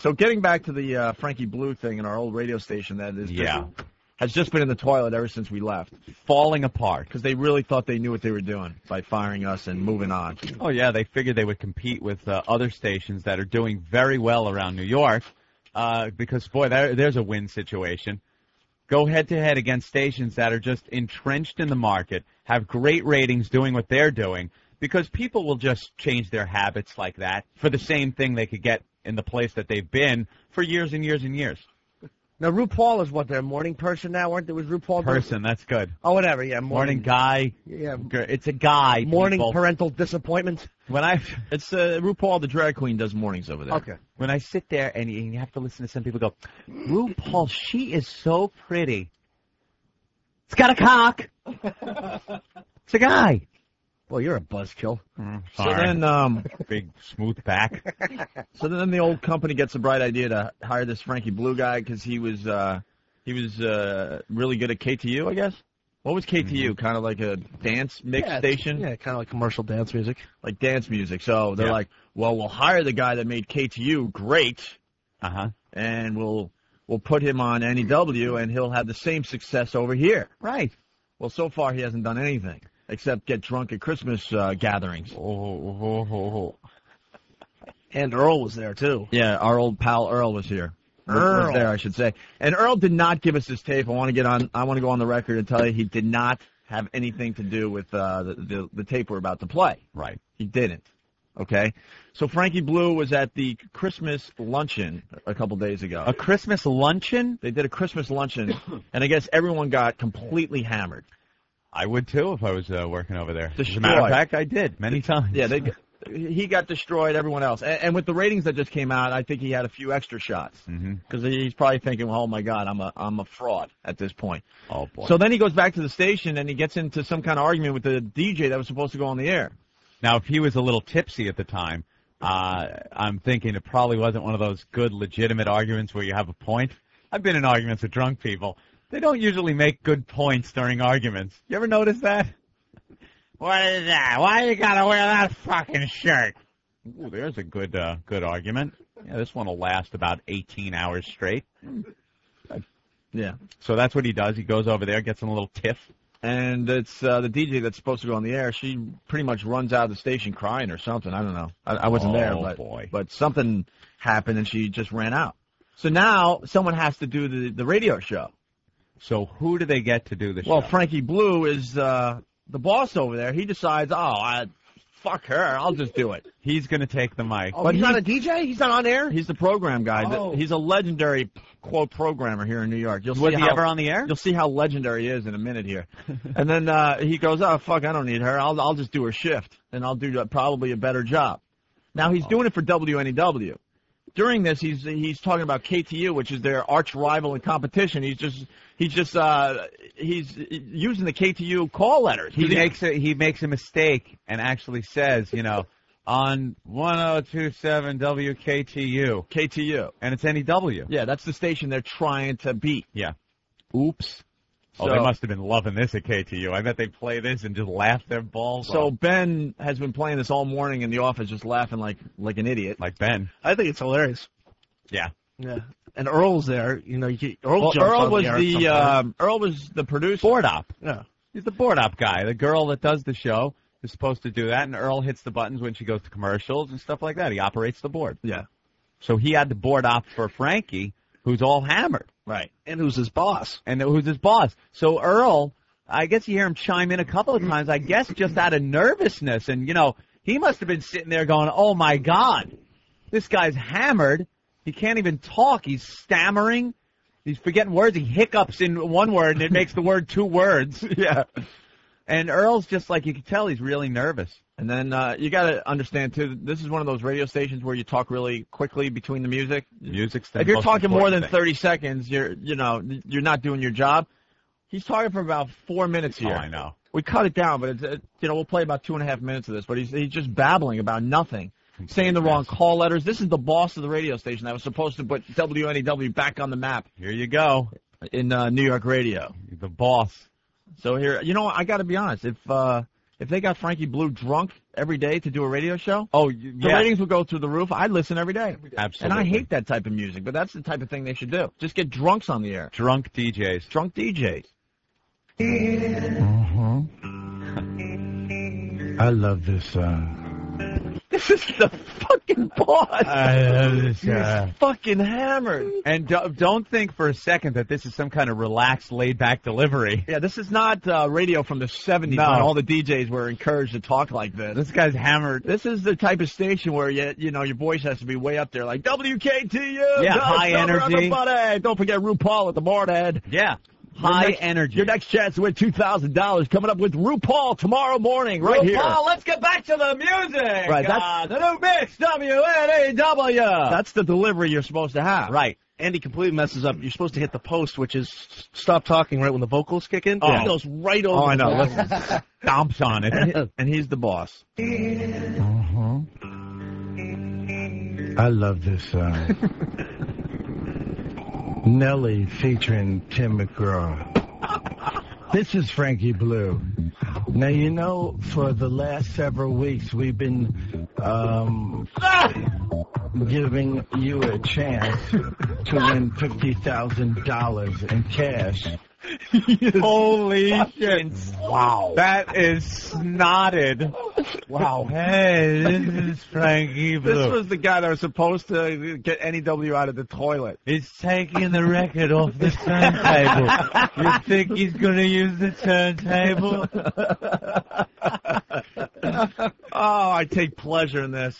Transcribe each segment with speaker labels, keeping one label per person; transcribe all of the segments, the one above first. Speaker 1: So getting back to the uh, Frankie Blue thing in our old radio station that is
Speaker 2: Yeah.
Speaker 1: has just been in the toilet ever since we left
Speaker 2: Falling apart.
Speaker 1: because they really thought they knew what they were doing by firing us and moving on.
Speaker 2: Oh yeah, they figured they would compete with uh, other stations that are doing very well around New York, uh, because boy, there, there's a win situation. Go head to head against stations that are just entrenched in the market, have great ratings doing what they're doing, because people will just change their habits like that for the same thing they could get in the place that they've been for years and years and years.
Speaker 3: Now RuPaul is what their morning person now, weren't there? Was RuPaul doing-
Speaker 2: Person, that's good.
Speaker 3: Oh, whatever. Yeah,
Speaker 2: Morning
Speaker 3: morning.
Speaker 2: guy.
Speaker 3: Yeah.
Speaker 2: Gir- It's a guy.
Speaker 3: Morning
Speaker 2: people.
Speaker 3: parental disappointment.
Speaker 2: When I
Speaker 1: It's uh, RuPaul, the drag queen, does mornings over there.
Speaker 3: Okay.
Speaker 2: when I sit there and you, and you have to listen to some people go, RuPaul, she is so pretty. It's got a cock. it's a guy.
Speaker 3: Well, you're a buzzkill.
Speaker 1: So then, um,
Speaker 2: Mm, big smooth back.
Speaker 1: so then the old company gets a bright idea to hire this Frankie Blue guy because he was uh, he was uh, really good at KTU, I guess. What was KTU?
Speaker 2: Mm-hmm.
Speaker 1: Kind of like a dance mix station,
Speaker 3: Yeah, kind of like commercial dance music.
Speaker 1: like dance music. So they're
Speaker 2: Yeah.
Speaker 1: like, well, we'll hire the guy that made KTU great.
Speaker 2: Uh huh.
Speaker 1: and we'll we'll put him on NEW, and he'll have the same success over here.
Speaker 2: Right.
Speaker 1: Well, so far he hasn't done anything except get drunk at Christmas uh, gatherings.
Speaker 2: Oh, oh, oh, oh.
Speaker 3: And Earl was there too.
Speaker 1: Yeah, our old pal Earl was here. Was- was
Speaker 3: Earl.
Speaker 1: there, I should say. And Earl did not give us his tape. I want to get on. I want to go on the record and tell you he did not have anything to do with uh, the, the the tape we're about to play.
Speaker 2: Right.
Speaker 1: He didn't. Okay. So Frankie Blue was at the Christmas luncheon a couple days ago.
Speaker 2: A Christmas luncheon?
Speaker 1: They did a Christmas luncheon, and I guess everyone got completely hammered.
Speaker 2: I would too if I was uh, working over there. As a
Speaker 1: Destroyed.
Speaker 2: matter of fact, I did many times.
Speaker 1: Yeah, they he got destroyed. Everyone else, and, and with the ratings that just came out, I think he had a few extra shots
Speaker 2: Mhm.
Speaker 1: because he's probably thinking, "Oh my God, I'm a I'm a fraud at this point."
Speaker 2: Oh boy.
Speaker 1: So then he goes back to the station and he gets into some kind of argument with the DJ that was supposed to go on the air.
Speaker 2: Now, if he was a little tipsy at the time, uh, I'm thinking it probably wasn't one of those good, legitimate arguments where you have a point. I've been in arguments with drunk people. They don't usually make good points during arguments. You ever notice that? What is that? Why you gotta wear that fucking shirt? Ooh, there's a good, uh, good argument. Yeah, this one will last about 18 hours straight.
Speaker 1: Yeah,
Speaker 2: So that's what he does. He goes over there, gets in a little tiff.
Speaker 1: and it's uh, the DJ that's supposed to go on the air. She pretty much runs out of the station crying or something. I don't know. I, I wasn't there,
Speaker 2: Oh,
Speaker 1: but
Speaker 2: boy.
Speaker 1: but something happened and she just ran out. So now someone has to do the the radio show.
Speaker 2: So who do they get to do the
Speaker 1: Well,
Speaker 2: show?
Speaker 1: Frankie Blue is uh, the boss over there. He decides, oh, I, fuck her, I'll just do it.
Speaker 2: He's gonna take the mic.
Speaker 3: Oh,
Speaker 1: But
Speaker 3: he's
Speaker 1: he-
Speaker 3: not a DJ. He's not on air.
Speaker 1: He's the program guy. The-
Speaker 3: Oh.
Speaker 1: He's a legendary quote programmer here in New York. You'll
Speaker 2: Was
Speaker 1: see
Speaker 2: he
Speaker 1: how,
Speaker 2: ever on the air?
Speaker 1: You'll see how legendary he is in a minute here. and then uh, he goes, oh fuck, I don't need her. I'll I'll just do her shift and I'll do uh, probably a better job. Now
Speaker 2: Oh.
Speaker 1: he's doing it for WNEW. During this, he's he's talking about KTU, which is their arch rival in competition. He's just he's just uh, he's using the KTU call letters.
Speaker 2: he
Speaker 1: He's-
Speaker 2: makes a he makes a mistake and actually says, you know, on 1027 WKTU
Speaker 1: KTU.
Speaker 2: and it's E NEW.
Speaker 1: Yeah, that's the station they're trying to beat.
Speaker 2: Yeah.
Speaker 1: Oops.
Speaker 2: Oh,
Speaker 1: so,
Speaker 2: they must have been loving this at KTU. I bet they play this and just laugh their balls
Speaker 1: So
Speaker 2: off.
Speaker 1: Ben has been playing this all morning in the office, just laughing like like an idiot.
Speaker 2: like Ben.
Speaker 3: I think it's hilarious.
Speaker 2: Yeah.
Speaker 3: Yeah. And Earl's there. You know, you get, Earl
Speaker 1: Well,
Speaker 3: jumps
Speaker 1: Earl
Speaker 3: on
Speaker 1: was
Speaker 3: the, air at some
Speaker 1: the
Speaker 3: point.
Speaker 1: um, Earl was the producer.
Speaker 2: Board op.
Speaker 3: yeah.
Speaker 2: He's the board op guy. The girl that does the show is supposed to do that and Earl hits the buttons when she goes to commercials and stuff like that. He operates the board.
Speaker 1: Yeah.
Speaker 2: So he had the board op for Frankie, who's all hammered.
Speaker 1: Right.
Speaker 3: And who's his boss?
Speaker 2: and who's his boss. So Earl, I guess you hear him chime in a couple
Speaker 1: Mm-hmm.
Speaker 2: of times. I guess just out of nervousness, and you know he must have been sitting there going, "Oh my God, this guy's hammered. He can't even talk. He's stammering. He's forgetting words. He hiccups in one word, and it makes the word two words."
Speaker 1: Yeah.
Speaker 2: And Earl's just like you can tell he's really nervous.
Speaker 1: And then uh, you got to understand too. that This is one of those radio stations where you talk really quickly between the music.
Speaker 2: Music's the
Speaker 1: If you're
Speaker 2: most
Speaker 1: talking more
Speaker 2: important
Speaker 1: than 30 seconds, you're you know you're not doing your job. He's talking for about four minutes
Speaker 2: thing.
Speaker 1: here.
Speaker 2: Oh, I know.
Speaker 1: We cut it down, but it's, it, you know we'll play about two and a half minutes of this. But he's he's just babbling about nothing, saying the wrong
Speaker 2: mess.
Speaker 1: call letters. This is the boss of the radio station that was supposed to put WNEW back on the map
Speaker 2: Here you go,
Speaker 1: in uh, New York radio.
Speaker 2: the boss.
Speaker 1: So here, you know, I got to be honest. If uh, if they got Frankie Blue drunk every day to do a radio show?
Speaker 2: Oh, y-
Speaker 1: The
Speaker 2: yeah.
Speaker 1: ratings would go through the roof. I listen every day. And
Speaker 2: Absolutely.
Speaker 1: I hate that type of music, but that's the type of thing they should do. Just get drunks on the air.
Speaker 2: drunk DJs.
Speaker 1: Drunk DJs.
Speaker 3: Mm-hmm.
Speaker 4: I love this song.
Speaker 1: This is the fucking boss.
Speaker 4: I love
Speaker 3: uh,
Speaker 4: this
Speaker 1: He's
Speaker 4: guy.
Speaker 1: fucking hammered.
Speaker 2: And do, don't think for a second that this is some kind of relaxed, laid-back delivery.
Speaker 1: Yeah, this is not uh, radio from the 70s
Speaker 2: No.
Speaker 1: when all the DJs were encouraged to talk like this.
Speaker 2: This guy's hammered.
Speaker 1: This is the type of station where you, you know your voice has to be way up there, like WKTU.
Speaker 2: Yeah,
Speaker 1: Dust
Speaker 2: high
Speaker 1: over
Speaker 2: energy.
Speaker 1: everybody. Don't forget RuPaul at the board head.
Speaker 2: Yeah,
Speaker 1: Your
Speaker 2: high
Speaker 1: next-
Speaker 2: energy.
Speaker 1: Your next chance to win two thousand dollars coming up with RuPaul tomorrow morning, right
Speaker 2: Well,
Speaker 1: here.
Speaker 2: Paul, let's get back to the music.
Speaker 1: Right, that's-
Speaker 2: uh, the new mix,
Speaker 1: E
Speaker 2: W-N-A-W.
Speaker 1: That's the delivery you're supposed to have.
Speaker 2: right.
Speaker 3: Andy completely messes up. You're supposed to hit the post, which is s- stop talking right when the vocals kick in.
Speaker 2: Oh.
Speaker 3: It goes right over.
Speaker 1: Oh, I know.
Speaker 3: the-
Speaker 1: Listen,
Speaker 2: Stomps on it.
Speaker 1: and he's the boss.
Speaker 4: I love this song. Nelly featuring Tim McGraw. This is Frankie Blue. Now you know, for the last several weeks, we've been um, giving you a chance to win fifty thousand dollars in cash.
Speaker 2: Holy shit! Wow, that is snotted. Wow. Hey, this is Frankie Blue.
Speaker 1: This was the guy that was supposed to get NEW out of the toilet.
Speaker 2: He's taking the record off the turntable. You think he's gonna use the turntable?
Speaker 1: Oh, I take pleasure in this.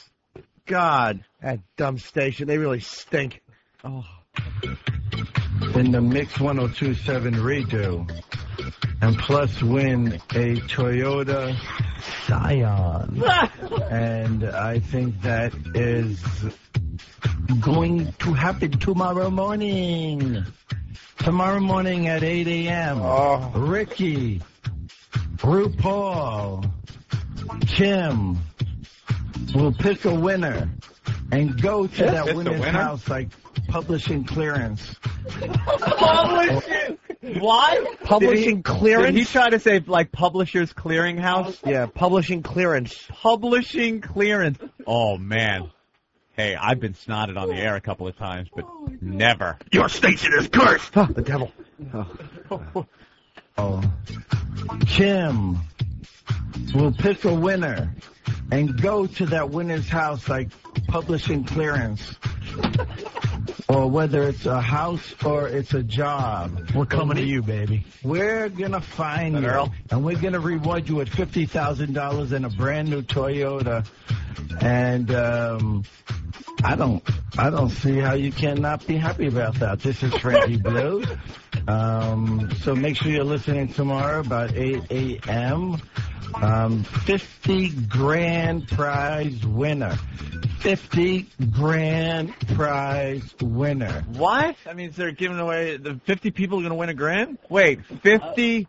Speaker 1: God.
Speaker 3: That dumb station. They really stink.
Speaker 4: in the Mix 1027 redo and plus win a Toyota Scion. and I think that is going to happen tomorrow morning. Tomorrow morning at 8 a.m. Ricky, RuPaul, Kim will pick a winner and go to that winner's
Speaker 2: winner?
Speaker 4: house like publishing clearance.
Speaker 2: Why?
Speaker 3: Publishing clearance.
Speaker 2: Did he try to say like Publishers Clearinghouse?
Speaker 3: yeah, publishing clearance.
Speaker 2: Publishing clearance. Oh man. Hey, I've been snotted on the air a couple of times, but never.
Speaker 1: Your station is cursed.
Speaker 3: The devil.
Speaker 4: Oh. Kim will pick a winner and go to that winner's house like publishing clearance. or whether it's a house or it's a job. We're coming to you, baby. We're gonna find you and we're gonna reward you with fifty thousand dollars and a brand new Toyota. And um I don't I don't see how you cannot be happy about that. This is Frankie Blue. Um, so make sure you're listening tomorrow about 8 a.m. Um, 50 grand prize winner. 50 grand prize winner.
Speaker 1: What? That means they're giving away the 50 people are going to win a grand?
Speaker 2: Wait, fifty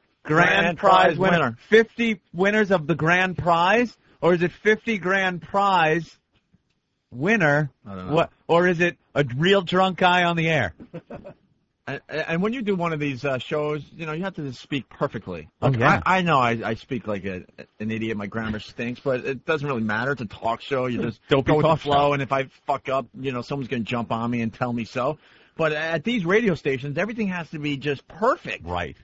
Speaker 1: Grand
Speaker 2: grand, prize
Speaker 1: prize
Speaker 2: winner.
Speaker 1: winner.
Speaker 2: Fifty winners of the grand prize, or is it fifty grand prize winner?
Speaker 1: I don't know.
Speaker 2: What? Or is it a real drunk guy on the air?
Speaker 1: And, and when you do one of these uh, shows, you know, you have to just speak perfectly.
Speaker 2: Oh, yeah.
Speaker 1: I, I know I, I speak like a, an idiot. My grammar stinks, but it doesn't really matter. It's a talk show. You just
Speaker 2: Dopey
Speaker 1: go with the
Speaker 2: talk show.
Speaker 1: flow, and if I fuck up, you know, someone's going to jump on me and tell me so. But at these radio stations, everything has to be just perfect.
Speaker 2: Right.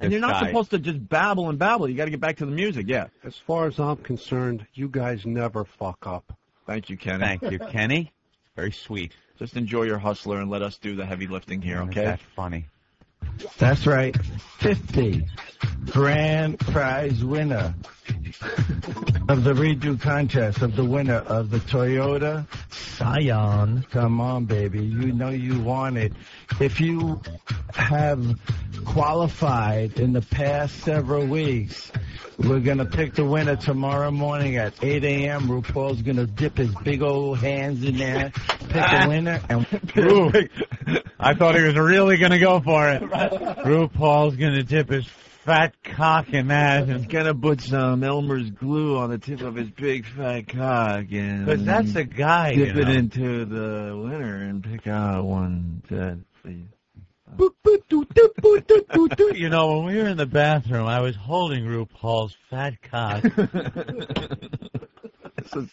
Speaker 1: And
Speaker 2: This
Speaker 1: you're not
Speaker 2: guy.
Speaker 1: supposed to just babble and babble. You got to get back to the music. Yeah.
Speaker 5: As far as I'm concerned, you guys never fuck up.
Speaker 1: Thank you, Kenny.
Speaker 2: Thank you, Kenny. Very sweet.
Speaker 1: Just enjoy your hustler and let us do the heavy lifting here,
Speaker 2: Isn't
Speaker 1: okay?
Speaker 2: that funny?
Speaker 4: That's right. 50 grand prize winner of the redo contest of the winner of the Toyota Scion. Come on, baby. You know you want it. If you have qualified in the past several weeks, we're going to pick the winner tomorrow morning at 8 a.m. RuPaul's going to dip his big old hands in there, pick a winner, and
Speaker 2: I thought he was really going to go for it. RuPaul's going to dip his fat cock in that.
Speaker 1: He's gonna put some Elmer's glue on the tip of his big fat cock and
Speaker 2: But that's a guy.
Speaker 1: dip
Speaker 2: you
Speaker 1: it
Speaker 2: know.
Speaker 1: into the winter and pick out one that the
Speaker 2: you know, when we were in the bathroom, I was holding RuPaul's fat cock.
Speaker 1: This is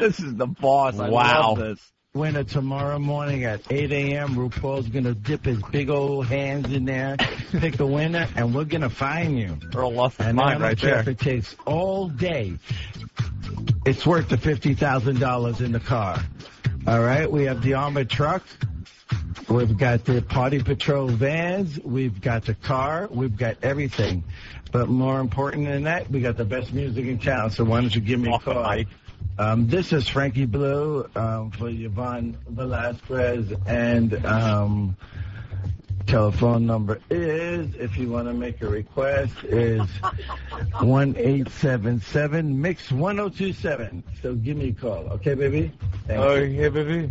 Speaker 1: this is the boss. I
Speaker 2: Wow.
Speaker 1: love this.
Speaker 4: Winner tomorrow morning at 8 a.m. RuPaul's gonna dip his big old hands in there, pick a winner, and we're gonna find you.
Speaker 2: Earl lost his
Speaker 4: And I
Speaker 2: mind
Speaker 4: don't
Speaker 2: right
Speaker 4: care
Speaker 2: there.
Speaker 4: if it takes all day. It's worth the fifty thousand dollars in the car. All right, we have the armored truck. We've got the party patrol vans. We've got the car. We've got everything. But more important than that, we got the best music in town. So why don't you give me
Speaker 2: Off
Speaker 4: a
Speaker 2: the
Speaker 4: call?
Speaker 2: mic.
Speaker 4: Um, this is Frankie Blue um, for Yvonne Velasquez and. Um, Telephone number is, if you want to make a request, is one eight seven seven mix one zero two seven. So give me a call, okay, baby? Thank you.
Speaker 2: yeah, baby.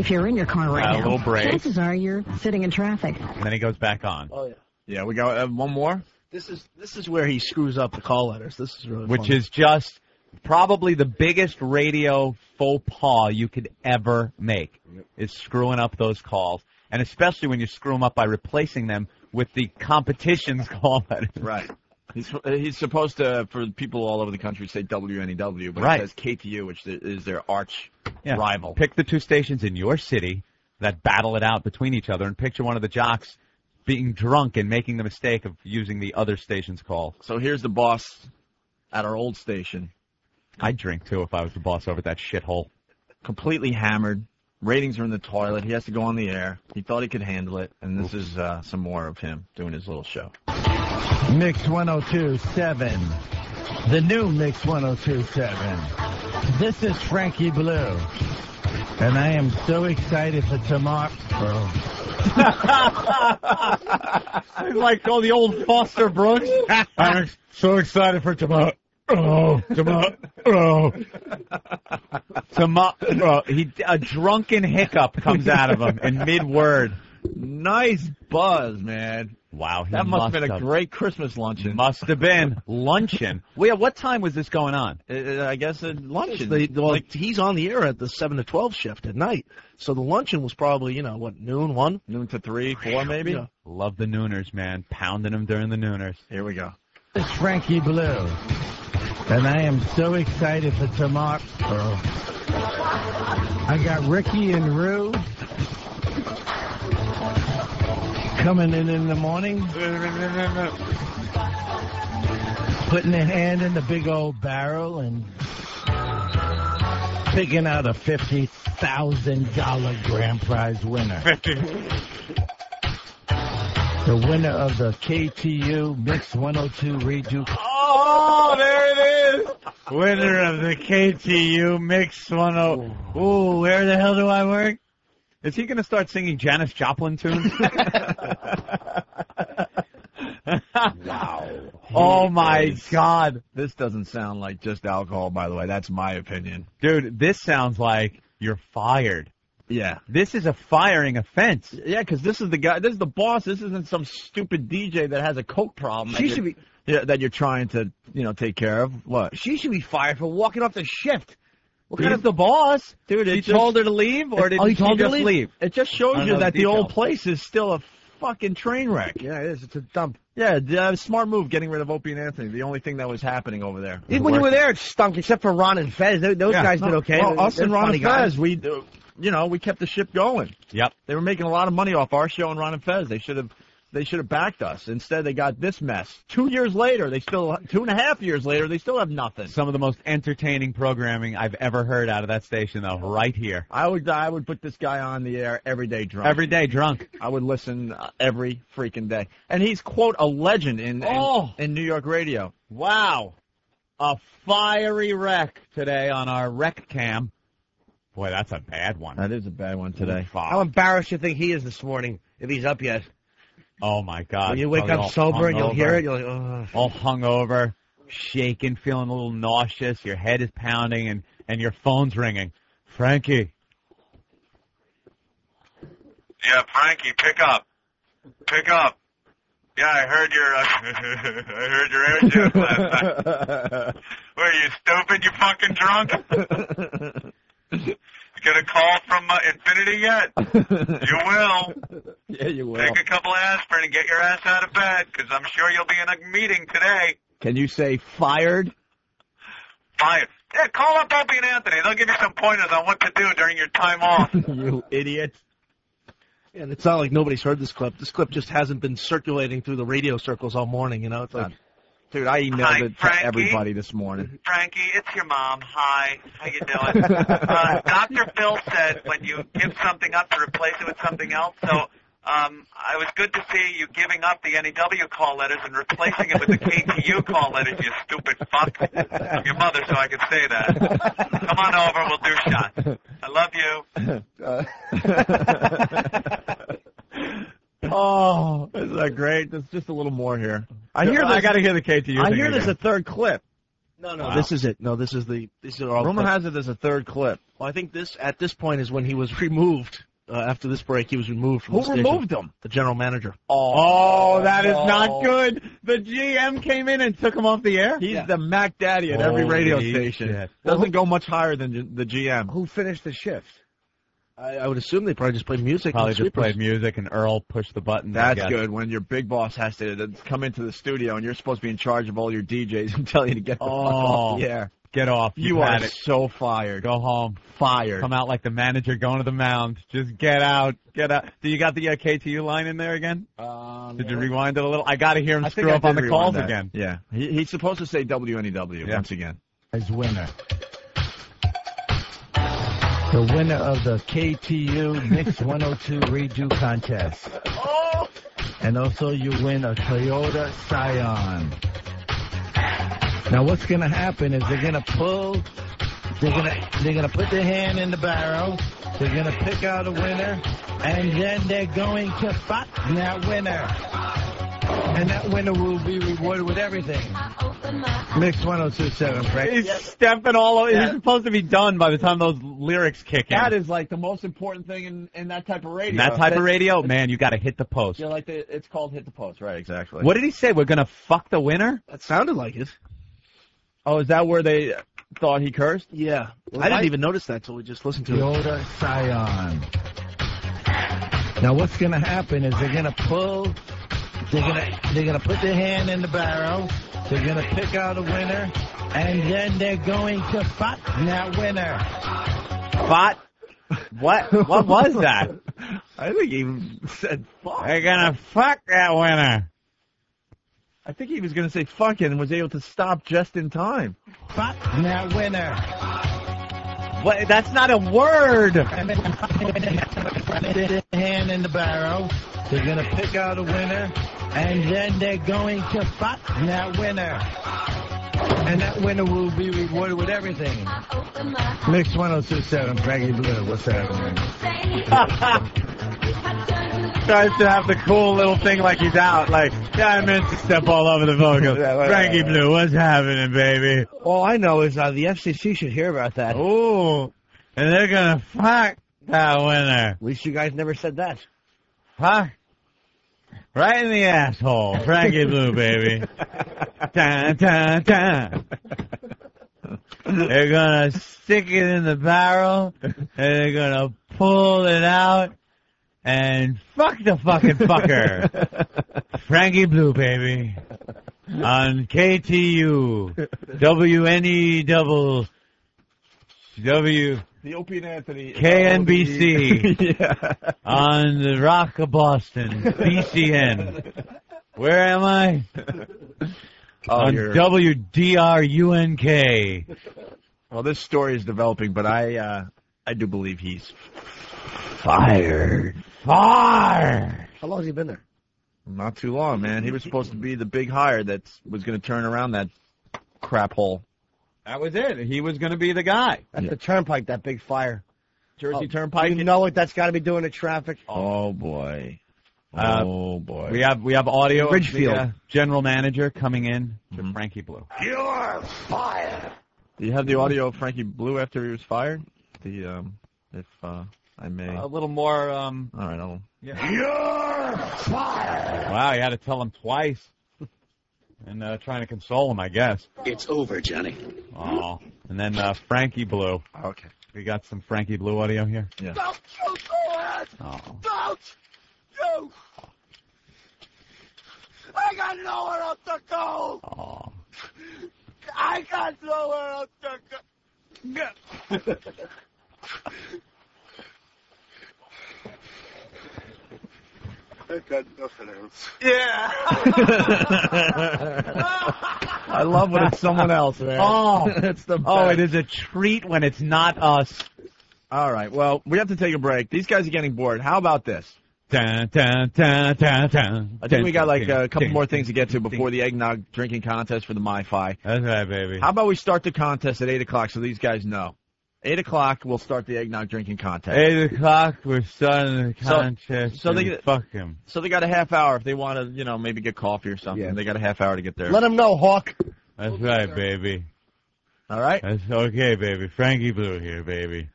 Speaker 6: If you're in your car right
Speaker 2: Got a
Speaker 6: now,
Speaker 2: little break.
Speaker 6: chances are you're sitting in traffic.
Speaker 2: And then he goes back on,
Speaker 3: Oh yeah.
Speaker 1: Yeah, we got uh, one more.
Speaker 3: This is this is where he screws up the call letters. This is really
Speaker 2: which
Speaker 3: funny.
Speaker 2: is just probably the biggest radio faux pas you could ever make is screwing up those calls, and especially when you screw them up by replacing them with the competition's call letters.
Speaker 1: Right. He's uh, he's supposed to for people all over the country say WNEW, but
Speaker 2: Right.
Speaker 1: it says KTU, which is their arch
Speaker 2: Yeah.
Speaker 1: rival.
Speaker 2: Pick the two stations in your city that battle it out between each other, and picture one of the jocks being drunk and making the mistake of using the other station's call.
Speaker 1: So here's the boss at our old station,
Speaker 2: I'd drink too if I was the boss over at that shithole.
Speaker 1: completely hammered. Ratings are in the toilet. He has to go on the air. He thought he could handle it, and this is uh, some more of him doing his little show.
Speaker 4: Mix 1027. The new Mix 1027. This is Frankie Blue. And I am so excited for tomorrow.
Speaker 2: like all the old Foster Brooks.
Speaker 5: I'm so excited for tomorrow. Oh, tomorrow. Oh.
Speaker 2: Tomo- uh, he, a drunken hiccup comes out of him in mid word.
Speaker 1: Nice buzz, man.
Speaker 2: Wow, he
Speaker 1: That must have been a
Speaker 2: have-
Speaker 1: great Christmas luncheon.
Speaker 2: Must have been luncheon. Well, yeah, what time was this going on?
Speaker 1: Uh, I guess a luncheon.
Speaker 3: The, well, he's on the air at the seven to twelve shift at night, so the luncheon was probably you know what noon one.
Speaker 1: noon to three, four maybe.
Speaker 3: Yeah.
Speaker 2: Love the Nooners, man. Pounding them during the Nooners.
Speaker 1: Here we go.
Speaker 4: This is Frankie Blue. And I am so excited for tomorrow. I got Ricky and Rue coming in in the morning, putting their hand in the big old barrel and picking out a $50,000 grand prize winner. The winner of the KTU Mix 102 Redo
Speaker 2: Oh, there it is. Winner of the KTU Mix 10. Ooh, where the hell do I work? Is he going to start singing Janis Joplin tunes? wow. Oh my god.
Speaker 1: This doesn't sound like just alcohol, by the way. That's my opinion.
Speaker 2: Dude, this sounds like you're fired.
Speaker 1: Yeah.
Speaker 2: This is a firing offense.
Speaker 1: Yeah, because this is the guy. This is the boss. This isn't some stupid DJ that has a coke problem.
Speaker 7: She
Speaker 1: that
Speaker 7: should
Speaker 1: you're-
Speaker 7: be
Speaker 1: Yeah, that you're trying to, you know, take care of. What?
Speaker 7: she should be fired for walking off the shift. What kind
Speaker 2: He's
Speaker 7: of
Speaker 2: the boss.
Speaker 1: Dude,
Speaker 2: He
Speaker 1: it
Speaker 2: told
Speaker 1: just,
Speaker 2: her to leave, or did
Speaker 1: Oh, he
Speaker 2: she
Speaker 1: told her
Speaker 2: just
Speaker 1: to leave?
Speaker 2: leave?
Speaker 1: it just shows
Speaker 2: I don't
Speaker 1: you
Speaker 2: know
Speaker 1: that
Speaker 2: the
Speaker 1: the old
Speaker 2: details.
Speaker 1: place is still a fucking train wreck.
Speaker 7: yeah, it is. It's a dump.
Speaker 1: Yeah, d- uh, smart move getting rid of Opie and Anthony. The only thing that was happening over there.
Speaker 7: Even when you were there, it stunk. Except for Ron and Fez, Tho- those
Speaker 2: Yeah.
Speaker 7: guys did okay.
Speaker 1: well, us
Speaker 7: They're
Speaker 1: and Ron
Speaker 7: funny
Speaker 1: and
Speaker 7: guys.
Speaker 1: Fez, we, uh, you know, we kept the ship going.
Speaker 2: Yep.
Speaker 1: They were making a lot of money off our show and Ron and Fez. They should have, they should have backed us. Instead, they got this mess. Two years later, they still two and a half years later, they still have nothing.
Speaker 2: Some of the most entertaining programming I've ever heard out of that station, though, right here.
Speaker 1: I would, I would put this guy on the air every day drunk.
Speaker 2: Every day drunk.
Speaker 1: I would listen uh, every freaking day. And he's quote a legend in in,
Speaker 2: Oh.
Speaker 1: in New York radio.
Speaker 2: Wow. A fiery wreck today on our wreck cam. Boy, that's a bad one.
Speaker 1: That is a bad one today.
Speaker 7: How embarrassed you think he is this morning if he's up yet?
Speaker 2: Oh my God.
Speaker 7: When you wake
Speaker 2: Probably all
Speaker 7: up sober and you'll
Speaker 2: hungover.
Speaker 7: hear it, you're like, oh.
Speaker 2: All hungover, shaking, feeling a little nauseous. Your head is pounding and, and your phone's ringing. Frankie.
Speaker 8: Yeah, Frankie, pick up. Pick up. Yeah, I heard your uh, I heard your air jam last night. Were you stupid? You fucking drunk? Get a call from uh, Infinity yet? You will.
Speaker 1: Yeah, you will.
Speaker 8: Take a couple of aspirin and get your ass out of bed, because I'm sure you'll be in a meeting today.
Speaker 1: Can you say fired?
Speaker 8: Fine. Yeah, call up Opie and Anthony. They'll give you some pointers on what to do during your time off.
Speaker 1: you idiot.
Speaker 3: And it's not like nobody's heard this clip. This clip just hasn't been circulating through the radio circles all morning. You know, it's like
Speaker 1: Dude, I emailed
Speaker 8: Hi,
Speaker 1: it to
Speaker 8: Frankie.
Speaker 1: everybody this morning.
Speaker 8: Frankie, it's your mom. Hi, how you doing? uh, Dr. Phil said when you give something up to replace it with something else, so um, I was good to see you giving up the NEW call letters and replacing it with the KTU call letters, you stupid fuck. I'm your mother, so I could say that. Come on over, we'll do shots. I love you.
Speaker 1: oh, isn't that great? There's just a little more here.
Speaker 2: I hear. I got to hear the KTU.
Speaker 1: I
Speaker 2: thing
Speaker 1: hear there's
Speaker 2: again.
Speaker 1: a third clip.
Speaker 3: no, no, Oh, this is it. No, this is the these are all.
Speaker 1: Rumor has it there's a third clip.
Speaker 3: well, I think this at this point is when he was removed. Uh, after this break, he was removed from
Speaker 1: Who
Speaker 3: the station.
Speaker 1: removed him?
Speaker 3: The general manager.
Speaker 2: Oh, that is
Speaker 1: Oh.
Speaker 2: not good. The GM came in and took him off the air.
Speaker 1: He's the Mac Daddy at every
Speaker 2: Holy
Speaker 1: radio station.
Speaker 2: shit.
Speaker 1: Doesn't go much higher than the GM.
Speaker 7: Who finished the shift?
Speaker 3: I, I would assume they probably just played music.
Speaker 2: Probably
Speaker 3: and
Speaker 2: just
Speaker 3: sweepers.
Speaker 2: played music and Earl pushed the button.
Speaker 1: That's good when your big boss has to come into the studio and you're supposed to be in charge of all your DJs and tell you to get the fuck
Speaker 2: Oh.
Speaker 1: off. Yeah.
Speaker 2: Get off.
Speaker 1: You
Speaker 2: You've
Speaker 1: are
Speaker 2: had it.
Speaker 1: so fired.
Speaker 2: Go home.
Speaker 1: Fired.
Speaker 2: Come out like the manager going to the mound. Just get out. Get out. Do you got the uh, KTU line in there again?
Speaker 1: Um,
Speaker 2: Did you rewind it a little? I got to hear him
Speaker 1: I think
Speaker 2: screw
Speaker 1: I
Speaker 2: up on
Speaker 1: did
Speaker 2: the
Speaker 1: rewind
Speaker 2: calls
Speaker 1: that.
Speaker 2: again.
Speaker 1: Yeah. He, he's supposed to say WNEW
Speaker 2: Yeah.
Speaker 1: once again.
Speaker 4: as winner. The winner of the KTU Mix 102 Redo Contest. And also you win a Toyota Scion. Now what's gonna happen is they're gonna pull they're gonna they're gonna put their hand in the barrel, they're gonna pick out a winner, and then they're going to fuck that winner. And that winner will be rewarded with everything. Mix 1027, Frank.
Speaker 2: He's stepping all over. He's supposed to be done by the time those lyrics kick in.
Speaker 1: That is like the most important thing in, in that type of
Speaker 2: And
Speaker 1: radio.
Speaker 2: that type of radio, man, you got to hit the post.
Speaker 1: Yeah, like the, it's called hit the post, right? Exactly.
Speaker 2: What did he say? We're gonna fuck the winner?
Speaker 3: That sounded like it.
Speaker 1: Oh, is that where they thought he cursed?
Speaker 3: Yeah, I didn't even notice that till we just listened to it.
Speaker 4: Toyota Scion. Now what's going to happen is they're going to pull, they're going to they're going to put their hand in the barrel, they're going to pick out a winner, and then they're going to fuck that winner.
Speaker 2: Bot? What? What was that?
Speaker 1: I think he said fuck.
Speaker 2: They're gonna fuck that winner.
Speaker 1: I think he was going to say fucking and was able to stop just in time.
Speaker 4: Fuck that winner.
Speaker 2: What? That's not a word.
Speaker 4: And then put their hand in the barrel, they're going to pick out a winner, and then they're going to fuck that winner. And that winner will be rewarded with everything. Mix 1027, Frankie Blue. What's happening?
Speaker 2: Tries to have the cool little thing like he's out. Like, yeah, I meant to step all over the vocal. Frankie Blue, what's happening, baby?
Speaker 7: All I know is uh, the FCC should hear about that. At
Speaker 2: Ooh, and they're gonna fuck that winner.
Speaker 7: least you guys never said that.
Speaker 2: Huh? Right in the asshole, Frankie Blue, baby. dun, dun, dun. They're gonna stick it in the barrel, and they're gonna pull it out, and fuck the fucking fucker, Frankie Blue, baby, on KTU, WNE E double, W
Speaker 1: The Opie and Anthony.
Speaker 2: KNBC.
Speaker 1: yeah.
Speaker 2: on the Rock of Boston, BCN. Where am I?
Speaker 1: Oh,
Speaker 2: on
Speaker 1: you're-
Speaker 2: WDRUNK.
Speaker 1: well, this story is developing, but I uh, I do believe he's
Speaker 2: Fired. Far.
Speaker 7: How long has he been there?
Speaker 1: not too long, man. He was supposed to be the big hire that was going to turn around that crap hole.
Speaker 2: That was it. He was going to be the guy.
Speaker 7: That's
Speaker 1: Yeah.
Speaker 7: the turnpike, that big fire.
Speaker 1: Jersey
Speaker 7: Oh,
Speaker 1: Turnpike.
Speaker 7: You know what that's got to be doing to traffic.
Speaker 1: Oh boy.
Speaker 2: Uh,
Speaker 1: oh boy.
Speaker 2: We have we have audio. of the,
Speaker 1: Ridgefield.
Speaker 2: uh, general manager coming in to
Speaker 7: Mm-hmm.
Speaker 1: Mhm.
Speaker 2: Frankie Blue.
Speaker 1: Do you have the audio of Frankie Blue after he was fired? The um, if uh, I may.
Speaker 2: A
Speaker 1: All
Speaker 2: little more. Um,
Speaker 1: right, I'll.
Speaker 2: wow, you had to tell him twice, and uh, trying to console him, I guess.
Speaker 9: It's over, Johnny.
Speaker 2: Oh, and then uh, Frankie Blue.
Speaker 1: Okay.
Speaker 2: We got some Frankie Blue audio here.
Speaker 1: Yeah.
Speaker 2: Oh.
Speaker 9: Don't you
Speaker 8: got nowhere else to go.
Speaker 2: Oh.
Speaker 8: I got nowhere else to go.
Speaker 9: I got nothing else.
Speaker 8: Yeah.
Speaker 1: I love when it's someone else, man.
Speaker 2: Oh.
Speaker 1: it's the
Speaker 2: Oh,
Speaker 1: best.
Speaker 2: it is a treat when it's not us.
Speaker 1: All right. Well, we have to take a break. These guys are getting bored. How about this?
Speaker 2: Dun, dun, dun, dun, dun.
Speaker 1: I think we got like a couple
Speaker 2: Ding,
Speaker 1: more
Speaker 2: ding,
Speaker 1: things to get to
Speaker 2: ding,
Speaker 1: before
Speaker 2: ding.
Speaker 1: the eggnog drinking contest for the MiFi.
Speaker 2: That's right, baby.
Speaker 1: How about we start the contest at eight o'clock so these guys know? Eight o'clock, we'll start the eggnog drinking contest.
Speaker 2: Eight o'clock, we're starting the
Speaker 1: So-
Speaker 2: contest.
Speaker 1: so they
Speaker 2: and
Speaker 1: get-
Speaker 2: fuck him.
Speaker 1: So they got a half hour if they want to, you know, maybe get coffee or something.
Speaker 7: Yeah.
Speaker 1: They got a half hour to get there.
Speaker 7: Let him know, Hawk.
Speaker 2: That's right, baby.
Speaker 1: All right.
Speaker 2: That's okay, baby. Frankie Blue here, baby.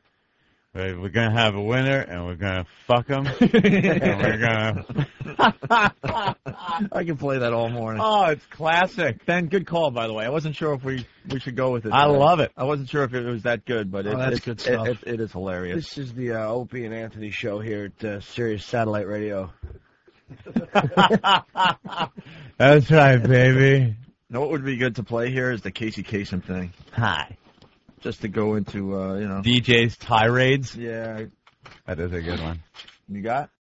Speaker 2: Right, We're gonna have a winner, and we're gonna fuck him. and we're gonna.
Speaker 1: I can play that all morning.
Speaker 2: Oh, it's classic.
Speaker 1: Ben, good call by the way. I wasn't sure if we we should go with it.
Speaker 2: I
Speaker 1: today.
Speaker 2: love it.
Speaker 1: I wasn't sure if it was that good, but it,
Speaker 3: Oh, that's
Speaker 1: it-
Speaker 3: good
Speaker 1: it-
Speaker 3: stuff.
Speaker 1: it- it is hilarious.
Speaker 7: This is the uh, Opie and Anthony show here at uh, Sirius Satellite Radio.
Speaker 2: That's right, baby.
Speaker 1: You know what would be good to play here is the Casey Kasem thing,
Speaker 2: Hi.
Speaker 1: just to go into uh, you know.
Speaker 2: DJ's tirades.
Speaker 1: Yeah,
Speaker 2: That is a good one.
Speaker 1: you got.